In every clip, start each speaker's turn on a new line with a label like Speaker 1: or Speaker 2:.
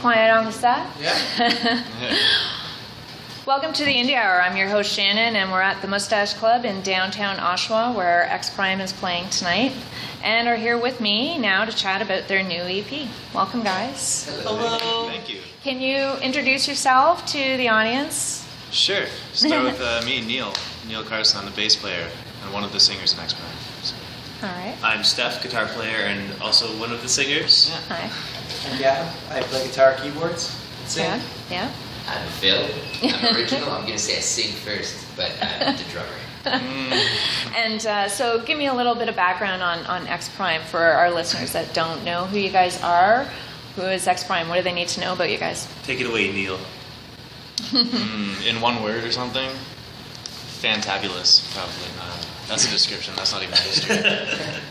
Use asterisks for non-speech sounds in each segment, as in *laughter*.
Speaker 1: quiet on the set. *laughs*
Speaker 2: Yeah.
Speaker 1: Welcome to the Indie Hour. I'm your host Shannon, and we're at the Mustache Club in downtown Oshawa, where X Prime is playing tonight, and are here with me now to chat about their new EP. Welcome, guys.
Speaker 2: Hello. Thank you.
Speaker 1: Can you introduce yourself to the audience?
Speaker 2: Sure. Start with uh, me, Neil. Neil Carson, I'm the bass player and one of the singers in X Men.
Speaker 1: All right.
Speaker 3: I'm Steph, guitar player, and also one of the singers.
Speaker 2: Yeah.
Speaker 1: Hi.
Speaker 4: I'm Gavin. I play guitar, keyboards, and sing.
Speaker 1: Yeah. Yeah.
Speaker 5: I'm Uh, Phil. I'm original. I'm gonna say I sing first, but I'm the drummer.
Speaker 1: And uh, so, give me a little bit of background on, on X Prime for our listeners that don't know who you guys are. Who is X Prime? What do they need to know about you guys?
Speaker 3: Take it away, Neil.
Speaker 2: Mm, in one word or something? Fantabulous, probably not. That's a description. That's not even a
Speaker 3: *laughs*
Speaker 2: history.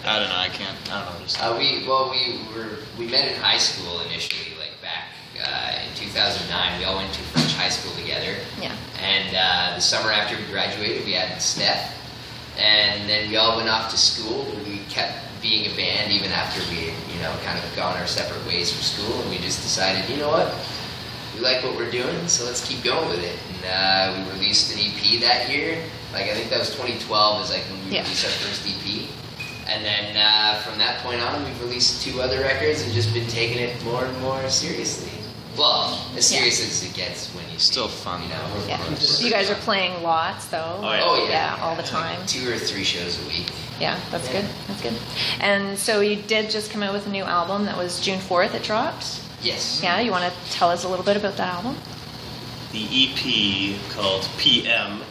Speaker 2: I don't know. I can't. I don't know. Just,
Speaker 5: Uh, we well, we were we met in high school initially, like back uh, in 2009. We all went to French high school together,
Speaker 1: Yeah.
Speaker 5: and uh, the summer after we graduated, we had Steph, and then we all went off to school. But we kept being a band even after we had, you know kind of gone our separate ways from school, and we just decided, you know what, we like what we're doing, so let's keep going with it. And uh, we released an EP that year. Like I think that was 2012 is like when we
Speaker 1: Yeah.
Speaker 5: released our first EP. And then uh, from that point on, we've released two other records and just been taking it more and more seriously. Well, as
Speaker 1: Yeah.
Speaker 5: serious as it gets when you
Speaker 2: Still
Speaker 5: sing,
Speaker 2: fun,
Speaker 5: you
Speaker 2: though.
Speaker 5: know. we're-
Speaker 1: Yeah.
Speaker 5: we're-
Speaker 1: You guys are playing lots, though.
Speaker 3: Oh, yeah.
Speaker 5: Oh yeah,
Speaker 1: all the time.
Speaker 5: Two or three shows a week.
Speaker 1: Yeah, that's
Speaker 5: Yeah.
Speaker 1: good. That's good. And so you did just come out with a new album that was June 4th. It dropped.
Speaker 5: Yes.
Speaker 1: Yeah, you want to tell us a little bit about that album?
Speaker 3: The EP called PM,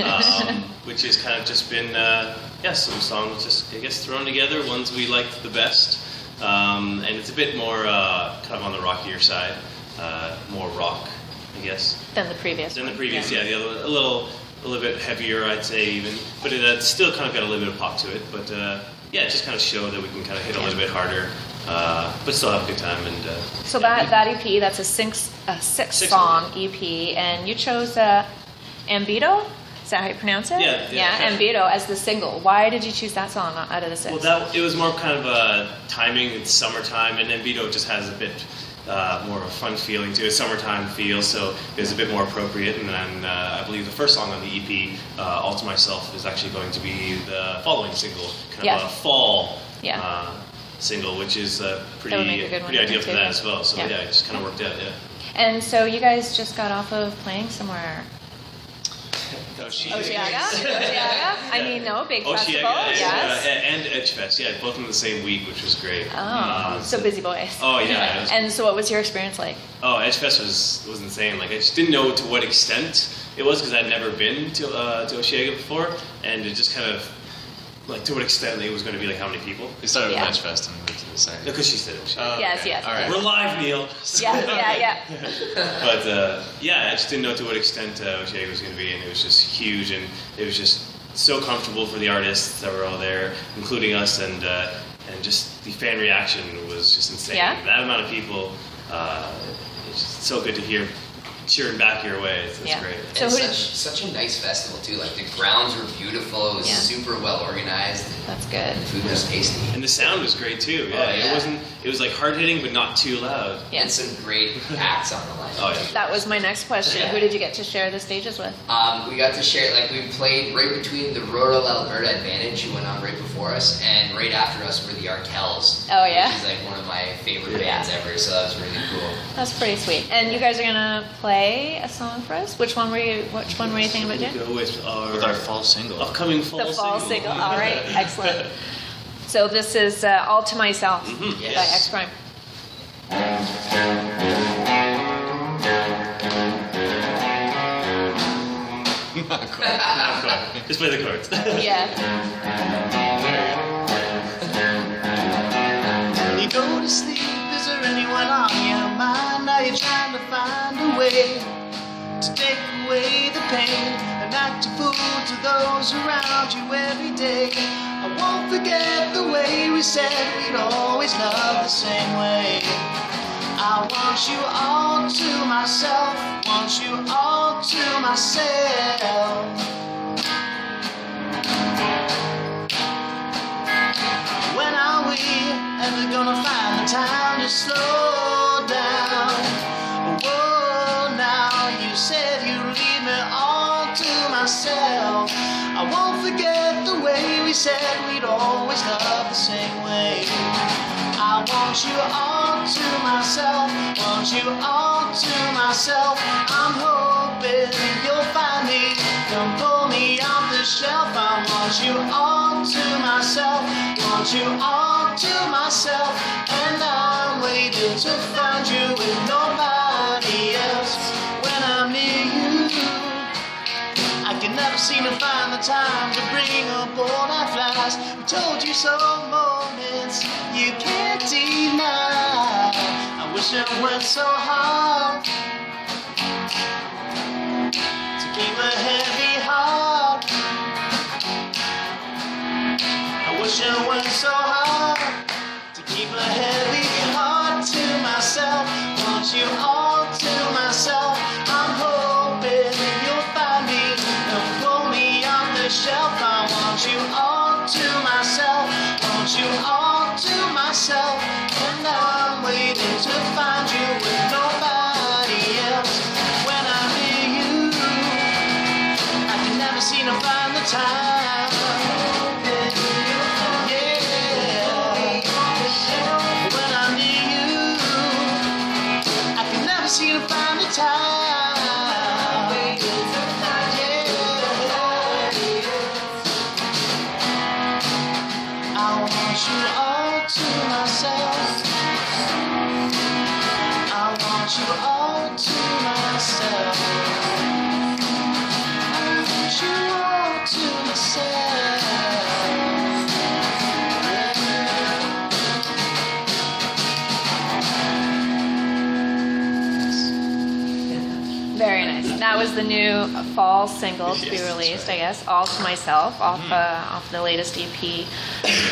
Speaker 3: um, which has kind of just been, uh, yeah, some songs just, I guess, thrown together, ones we liked the best. Um, and it's a bit more uh, kind of on the rockier side, uh, more rock, I guess.
Speaker 1: *laughs* Than the previous.
Speaker 3: than
Speaker 1: one.
Speaker 3: the previous. Yeah, the other one, a little, a little bit heavier, I'd say even, but it uh, still kind of got a little bit of pop to it. But uh, yeah, it just kind of showed that we can kind of hit a little bit harder, uh, but still have a good time. And uh,
Speaker 1: So
Speaker 3: yeah,
Speaker 1: that, that EP, that's a six, a six,
Speaker 3: Six.
Speaker 1: song EP, and you chose uh, Ambito. Is that how you pronounce it?
Speaker 3: Yeah, yeah.
Speaker 1: Ambito as the single. Why did you choose that song out of the six?
Speaker 3: Well, that it was more kind of a timing. It's summertime, and then Vito just has a bit uh, more of a fun feeling to it, summertime feel. So it was a bit more appropriate. And then uh, I believe the first song on the EP, uh, "All to Myself," is actually going to be the following single, kind
Speaker 1: Yeah.
Speaker 3: of a fall
Speaker 1: Yeah.
Speaker 3: uh, single, which is uh, pretty
Speaker 1: make a good one,
Speaker 3: pretty
Speaker 1: I
Speaker 3: ideal
Speaker 1: think,
Speaker 3: for
Speaker 1: too.
Speaker 3: that as well. So
Speaker 1: Yeah.
Speaker 3: yeah, it just kind of worked out. Yeah.
Speaker 1: and so you guys just got off of playing somewhere. Oceaga? Oceaga? I mean, no, big
Speaker 3: Oh, she,
Speaker 1: festival.
Speaker 3: yeah, yeah,
Speaker 1: yes.
Speaker 3: yeah, and Edgefest, yeah, both in the same week, which was great.
Speaker 1: Oh,
Speaker 3: Uh,
Speaker 1: so busy boys.
Speaker 3: Oh, yeah, it was-
Speaker 1: and so, what was your experience
Speaker 3: *laughs*
Speaker 1: like?
Speaker 3: Oh, Edgefest was was insane. Like I just didn't know to what extent it was because I'd never been to uh, to Oshiega before, and it just kind of like to what extent it was going to be like how many people.
Speaker 2: we started with
Speaker 1: Yeah.
Speaker 2: Match Fest and moved to the second.
Speaker 3: Because she said it.
Speaker 2: Oh,
Speaker 1: yes,
Speaker 2: okay.
Speaker 1: yes.
Speaker 2: All right.
Speaker 3: We're live, Neil.
Speaker 1: Yeah, yeah, yeah.
Speaker 3: but uh, yeah, I just didn't know to what extent uh, Oshiega was going to be, and it was just huge, and it was just so comfortable for the artists that were all there, including us, and uh, and just the fan reaction was just insane.
Speaker 1: Yeah?
Speaker 3: That amount of people, uh, it's just so good to hear cheering back your way. It's, it's
Speaker 1: Yeah.
Speaker 3: great.
Speaker 1: So
Speaker 5: and
Speaker 1: who
Speaker 5: such,
Speaker 1: did-
Speaker 5: such a nice festival too. Like the grounds were beautiful. It was
Speaker 1: Yeah.
Speaker 5: super well organized.
Speaker 1: That's good.
Speaker 5: The food was tasty.
Speaker 3: And the sound was great too. Yeah,
Speaker 5: Oh, yeah.
Speaker 3: it wasn't. It was like hard hitting, but not too loud.
Speaker 1: Yeah.
Speaker 5: And some great acts on the line.
Speaker 3: Oh yeah.
Speaker 1: That was my next question. Who did you get to share the stages with?
Speaker 5: Um, we got to share, like, we played right between the Rural Alberta Advantage, who went on right before us, and right after us were the Arkells.
Speaker 1: Oh, yeah?
Speaker 5: Which is, like, one of my favorite
Speaker 1: Yeah.
Speaker 5: bands ever, so that was really cool.
Speaker 1: That's pretty sweet. And you guys are gonna play a song for us. Which one were you? Which one were you thinking about
Speaker 3: We
Speaker 1: doing?
Speaker 3: go with our,
Speaker 2: With our fall single.
Speaker 3: upcoming fall
Speaker 1: The fall single. All
Speaker 3: *laughs*
Speaker 1: right, excellent. So this is uh, all to myself
Speaker 3: Mm-hmm,
Speaker 1: by
Speaker 5: Yes.
Speaker 1: X Prime.
Speaker 2: *laughs* Not quite.
Speaker 3: Just play the
Speaker 6: *laughs*
Speaker 3: cards.
Speaker 1: Yeah.
Speaker 6: You go to sleep, is there anyone on your mind? Are you trying to find a way to take away the pain? And act a fool to those around you every day. I won't forget the way we said we'd always love the same way. I want you all to myself, want you all to myself. When are we ever gonna find the time to slow down? said you leave me all to myself. I won't forget the way we said we'd always love the same way. I want you all to myself, want you all to myself. I'm hoping you'll find me, come pull me off the shelf. I want you all to myself, want you all to myself. And I'm waiting to find you with nobody else when I'm near you. I can never seem to find the time to bring up all our flies. We told you so moments you can't deny. I wish it weren't so hard to keep a heavy heart. I wish it weren't so hard to keep a heavy heart to myself. Want you all to myself. I'm hoping you'll find me. Don't pull me off the shelf. I want you all to myself. Want you all to myself. And I'm waiting to find you with nobody else. When I'm near you, I can never seem to find the time. Yeah. When I'm near you, I can never seem to find the time. Yeah. I want you all to myself. I want you all to myself. I want you all to myself. Yeah.
Speaker 1: Very nice. That was the new fall single to be released, I guess, All to Myself, off,
Speaker 3: Mm-hmm.
Speaker 1: uh, off the latest EP,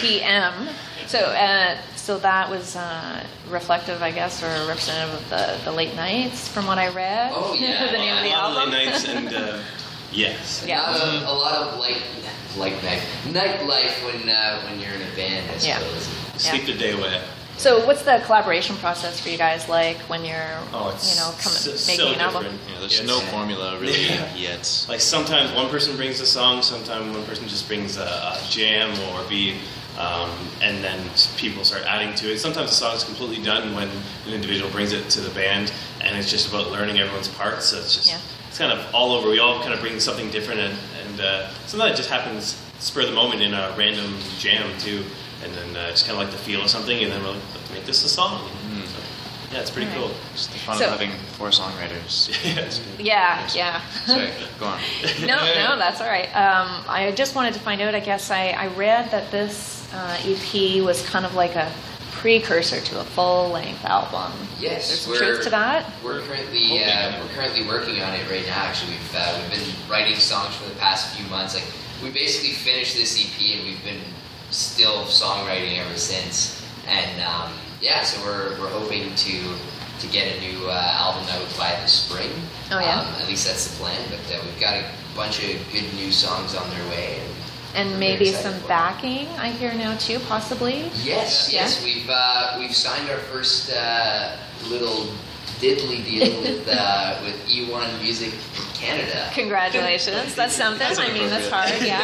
Speaker 1: PM. So, uh, so that was uh, reflective, I guess, or representative of the, the late nights, from what I read.
Speaker 5: Oh, yeah.
Speaker 1: *laughs* the name of the
Speaker 3: A lot of
Speaker 1: album.
Speaker 3: late nights and uh, yes.
Speaker 1: Yeah.
Speaker 5: A lot of, a lot of light, light night, nightlife when uh, when you're in a band, I
Speaker 1: *laughs* Yeah.
Speaker 5: suppose.
Speaker 3: Sleep the day away.
Speaker 1: *laughs* So, what's the collaboration process for you guys like when you're,
Speaker 3: Oh, it's
Speaker 1: you know, coming,
Speaker 3: s-
Speaker 1: making
Speaker 3: so
Speaker 1: an album?
Speaker 3: different.
Speaker 2: Yeah, there's
Speaker 3: Yes.
Speaker 2: no formula really
Speaker 3: Yeah.
Speaker 2: yet.
Speaker 3: Like sometimes one person brings a song, sometimes one person just brings a, a jam or a beat, um, and then s- people start adding to it. Sometimes the song is completely done when an individual brings it to the band, and it's just about learning everyone's parts. So it's just
Speaker 1: Yeah.
Speaker 3: it's kind of all over. We all kind of bring something different, and, and uh, sometimes it just happens spur of the moment in a random jam too, and then uh, just kind of like the feel of something, and then we're like, let's make this a song. So, yeah, it's pretty
Speaker 1: All
Speaker 3: cool.
Speaker 1: right.
Speaker 2: Just the fun
Speaker 1: So-
Speaker 2: of having four songwriters.
Speaker 1: *laughs*
Speaker 3: Yeah, it's good.
Speaker 1: Yeah, yeah.
Speaker 2: *laughs*
Speaker 1: *laughs*
Speaker 2: Sorry, go on.
Speaker 1: No, no, that's all right. Um, I just wanted to find out. I guess I, I read that this uh, EP was kind of like a precursor to a full length album.
Speaker 5: Yes,
Speaker 1: there's some
Speaker 5: we're-
Speaker 1: truth to that.
Speaker 5: We're currently
Speaker 3: Hoping
Speaker 5: uh,
Speaker 3: on it.
Speaker 5: we're currently working on it right now. Actually, we've uh, we've been writing songs for the past few months. Like we basically finished this EP, and we've been still songwriting ever since. And um, yeah, so we're we're hoping to to get a new uh, album out by the spring.
Speaker 1: Oh, yeah?
Speaker 5: Um, at least that's the plan. But uh, we've got a bunch of good new songs on their way. And
Speaker 1: And
Speaker 5: we're
Speaker 1: maybe
Speaker 5: excited
Speaker 1: some
Speaker 5: for it.
Speaker 1: backing, I hear now too, possibly.
Speaker 5: Yes,
Speaker 1: Yeah.
Speaker 5: yes, we've uh, we've signed our first uh, little diddly deal with uh, *laughs* with E1 Music
Speaker 1: *laughs*
Speaker 5: Canada.
Speaker 1: Congratulations. That's something. I mean, that's hard.
Speaker 5: *laughs*
Speaker 1: Yeah.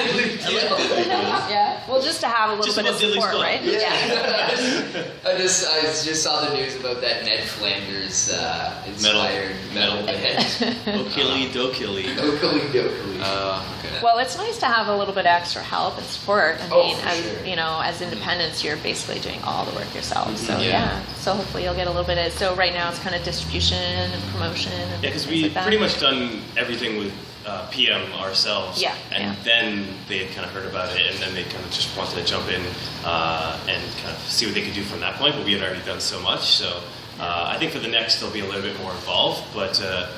Speaker 1: Yeah. Well, just to have a little
Speaker 3: Just
Speaker 1: bit of
Speaker 3: what Dilly's
Speaker 1: support,
Speaker 3: got.
Speaker 1: right?
Speaker 5: *laughs* I just I just saw the news about that Ned Flanders uh, inspired metal,
Speaker 3: Metal.
Speaker 5: band.
Speaker 1: *laughs*
Speaker 3: Okili dokili.
Speaker 5: Oakley Dokley.
Speaker 2: Uh, okay.
Speaker 1: Well, it's nice to have a little bit of extra help and support. I
Speaker 5: Oh,
Speaker 1: mean,
Speaker 5: for
Speaker 1: as
Speaker 5: sure.
Speaker 1: you know, as independents, you're basically doing all the work yourself.
Speaker 3: Mm-hmm.
Speaker 1: So yeah.
Speaker 2: Yeah.
Speaker 1: So hopefully you'll get a little bit of. So right now it's kind of distribution and promotion. And
Speaker 3: Yeah, because
Speaker 1: things
Speaker 3: we
Speaker 1: like that.
Speaker 3: pretty much done everything with uh, PM ourselves.
Speaker 1: Yeah,
Speaker 3: And
Speaker 1: yeah.
Speaker 3: then they had kind of heard about it, and then they kind of just wanted to jump in uh, and kind of see what they could do from that point. But we had already done so much, so uh, I think for the next they'll be a little bit more involved, but uh,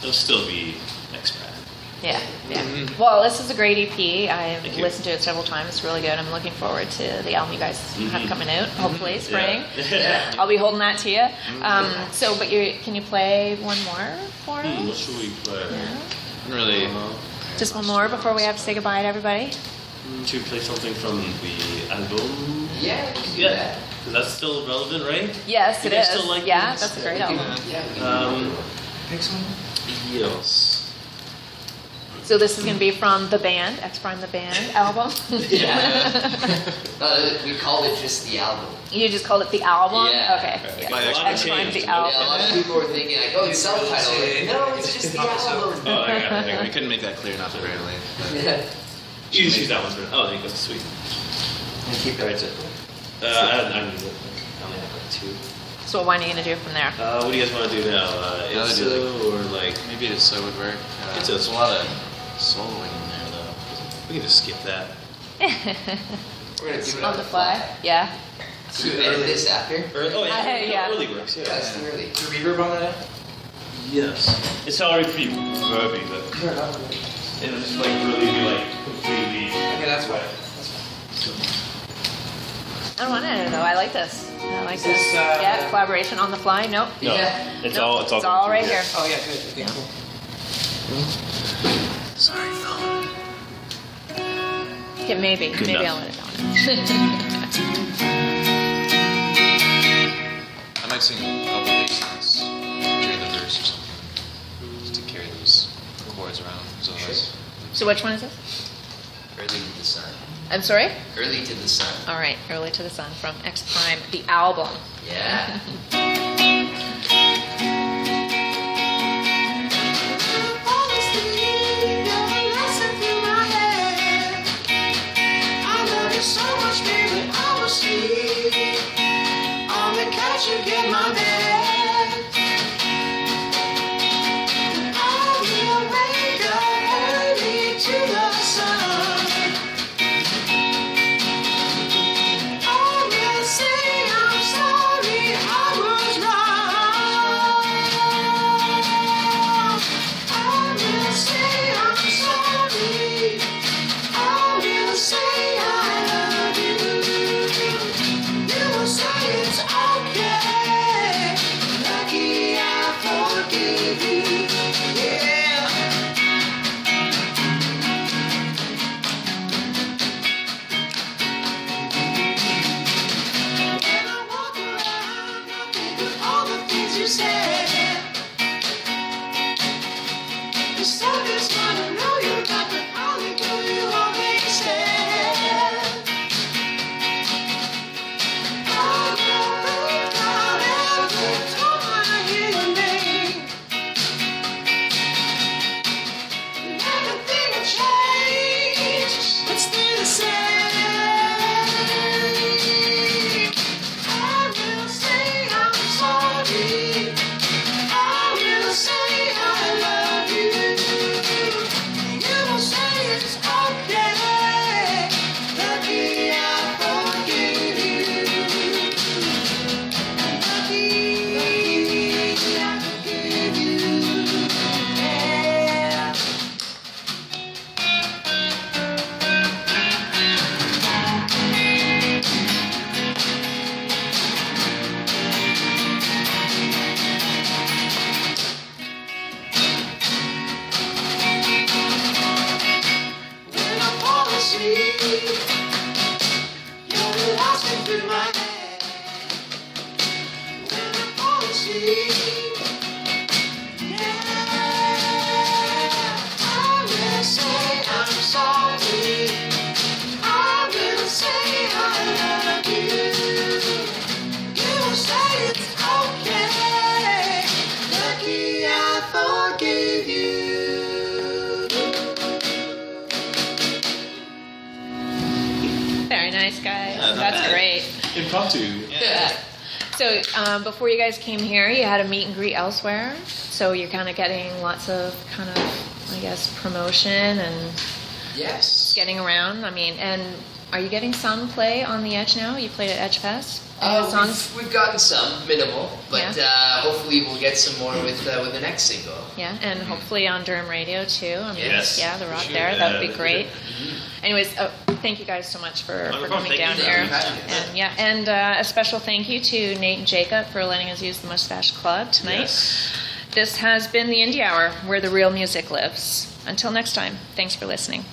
Speaker 3: they'll still be expat.
Speaker 1: Yeah, yeah. Well, this is a great E EP. I've
Speaker 3: Mm-hmm. Thank you.
Speaker 1: listened to it several times. It's really good. I'm looking forward to the album you guys have coming out. Hopefully, spring.
Speaker 3: Mm-hmm. Yeah. *laughs* Mm-hmm.
Speaker 1: I'll be holding that to you. Um, so, but you can you play one more for us?
Speaker 3: Hmm, what should we play?
Speaker 2: really.
Speaker 3: Uh,
Speaker 1: Just one more before we have to say goodbye to everybody.
Speaker 3: should we play something from the album?
Speaker 5: yeah, we can do
Speaker 3: Yeah, 'cause that's still relevant, right?
Speaker 1: Yes,
Speaker 3: You
Speaker 1: it
Speaker 3: guys
Speaker 1: is.
Speaker 3: still like
Speaker 1: yeah,
Speaker 3: these?
Speaker 1: that's a
Speaker 5: that.
Speaker 1: great
Speaker 5: We can-
Speaker 1: album.
Speaker 5: Yeah, we can do
Speaker 3: Um,
Speaker 5: that.
Speaker 4: Pick someone.
Speaker 2: Eels.
Speaker 1: So this is going to be from the band, X Prime the Band
Speaker 3: *laughs*
Speaker 1: album.
Speaker 5: Yeah.
Speaker 1: *laughs*
Speaker 5: No, Uh, we called it just the album.
Speaker 1: you just called it the album?
Speaker 5: Yeah.
Speaker 1: Okay. Yeah.
Speaker 3: My
Speaker 1: X
Speaker 3: X
Speaker 1: Prime
Speaker 3: Prime.
Speaker 1: the
Speaker 5: Yeah,
Speaker 1: album.
Speaker 5: a lot of people were thinking like, oh, it's self-titled. No, *laughs* it's just the album.
Speaker 3: Oh, I got it.
Speaker 2: We couldn't make that clear enough at Rare Lane. but-
Speaker 5: Yeah.
Speaker 3: You just use that one for. Oh, there you go. Sweet.
Speaker 7: And keep it.
Speaker 3: Uh, I, don't- I, don't need it. I only
Speaker 2: um,
Speaker 3: have like two.
Speaker 1: So what are you going to do from
Speaker 3: *laughs*
Speaker 1: there?
Speaker 3: Uh, what do you guys want to do now? Uh,
Speaker 2: Yeah, let's
Speaker 3: it's
Speaker 2: do, like-
Speaker 3: or like
Speaker 2: Maybe it's so would work. Uh,
Speaker 3: It's a-
Speaker 2: there's a lot of soloing in there though.
Speaker 3: we can just skip that.
Speaker 5: We're gonna do it
Speaker 1: On the fly? Yeah.
Speaker 5: So you edit this after?
Speaker 3: Or, oh yeah,
Speaker 1: Uh, yeah.
Speaker 3: It really works. Yeah.
Speaker 5: That's really.
Speaker 7: Do reverb on that?
Speaker 3: Yes. It's already pretty verby, but
Speaker 7: Sure, not really.
Speaker 3: it'll just like really be like completely.
Speaker 7: Okay, that's why.
Speaker 1: I don't want to edit though. I like this. I like
Speaker 7: Is
Speaker 1: this.
Speaker 7: this, uh,
Speaker 1: yeah, collaboration on the fly. Nope.
Speaker 3: No,
Speaker 1: Yeah.
Speaker 3: it's
Speaker 1: Nope.
Speaker 3: all- it's all
Speaker 1: It's all
Speaker 3: coming
Speaker 1: right
Speaker 3: through
Speaker 1: here.
Speaker 3: here.
Speaker 7: Oh, yeah, good. Okay, cool.
Speaker 2: Sorry, phone.
Speaker 1: Yeah, maybe.
Speaker 3: Good
Speaker 1: maybe
Speaker 3: enough.
Speaker 1: I'll edit that one.
Speaker 2: I might sing a couple of these songs during the verse or something, just to carry those chords around. So that's-
Speaker 1: so which one is this?
Speaker 5: Early to the sun.
Speaker 1: I'm sorry?
Speaker 5: Early to the sun.
Speaker 1: All right. Early to the Sun from X Prime, the album. *laughs*
Speaker 5: Yeah.
Speaker 6: Say I'm sorry, I was wrong. I will say I'm sorry. I will say I love you. You will say it's okay. Lucky I forgive you. Yeah. When I walk around, I think of all the things you said. You said this one, I know you got, but I'll ignore you all they said. I don't think I'll ever talk when I hear your name. Everything will change, but still the same. I will say I'm sorry. I will say I love you. You will say it's okay. Lucky I forgive you. Lucky I forgive you. Yeah. When I fall asleep, you're the last thing through my head. When I fall asleep, yeah, I will say I'm sorry. I will say I love you. You will say it's okay. Lucky I forgive you.
Speaker 1: Very nice, guys.
Speaker 3: not
Speaker 1: That's
Speaker 3: bad.
Speaker 1: great.
Speaker 3: Impromptu.
Speaker 1: Yeah. So um, before you guys came here, you had a meet and greet elsewhere. So you're kind of getting lots of kind of, I guess, promotion and
Speaker 5: Yes.
Speaker 1: getting around. I mean, and are you getting some play on the Edge now? You played at Edge Fest. Any
Speaker 5: Uh,
Speaker 1: of the songs.
Speaker 5: We've, we've gotten some minimal, but
Speaker 1: Yeah.
Speaker 5: uh, hopefully we'll get some more with uh, with the next single.
Speaker 1: Yeah, and hopefully on Durham Radio too. I mean,
Speaker 5: Yes,
Speaker 1: yeah, the
Speaker 3: for
Speaker 1: rock
Speaker 3: sure.
Speaker 1: there.
Speaker 3: Yeah,
Speaker 1: That'd be
Speaker 3: that'd be
Speaker 1: great. Anyways, oh, thank you guys so much for,
Speaker 3: no
Speaker 1: for
Speaker 3: problem.
Speaker 1: coming down
Speaker 3: Thank you.
Speaker 1: here.
Speaker 5: Thank you.
Speaker 1: And yeah, and uh, a special thank you to Nate and Jacob for letting us use the Mustache Club tonight.
Speaker 3: Yes.
Speaker 1: This has been the Indie Hour, where the real music lives. Until next time, thanks for listening.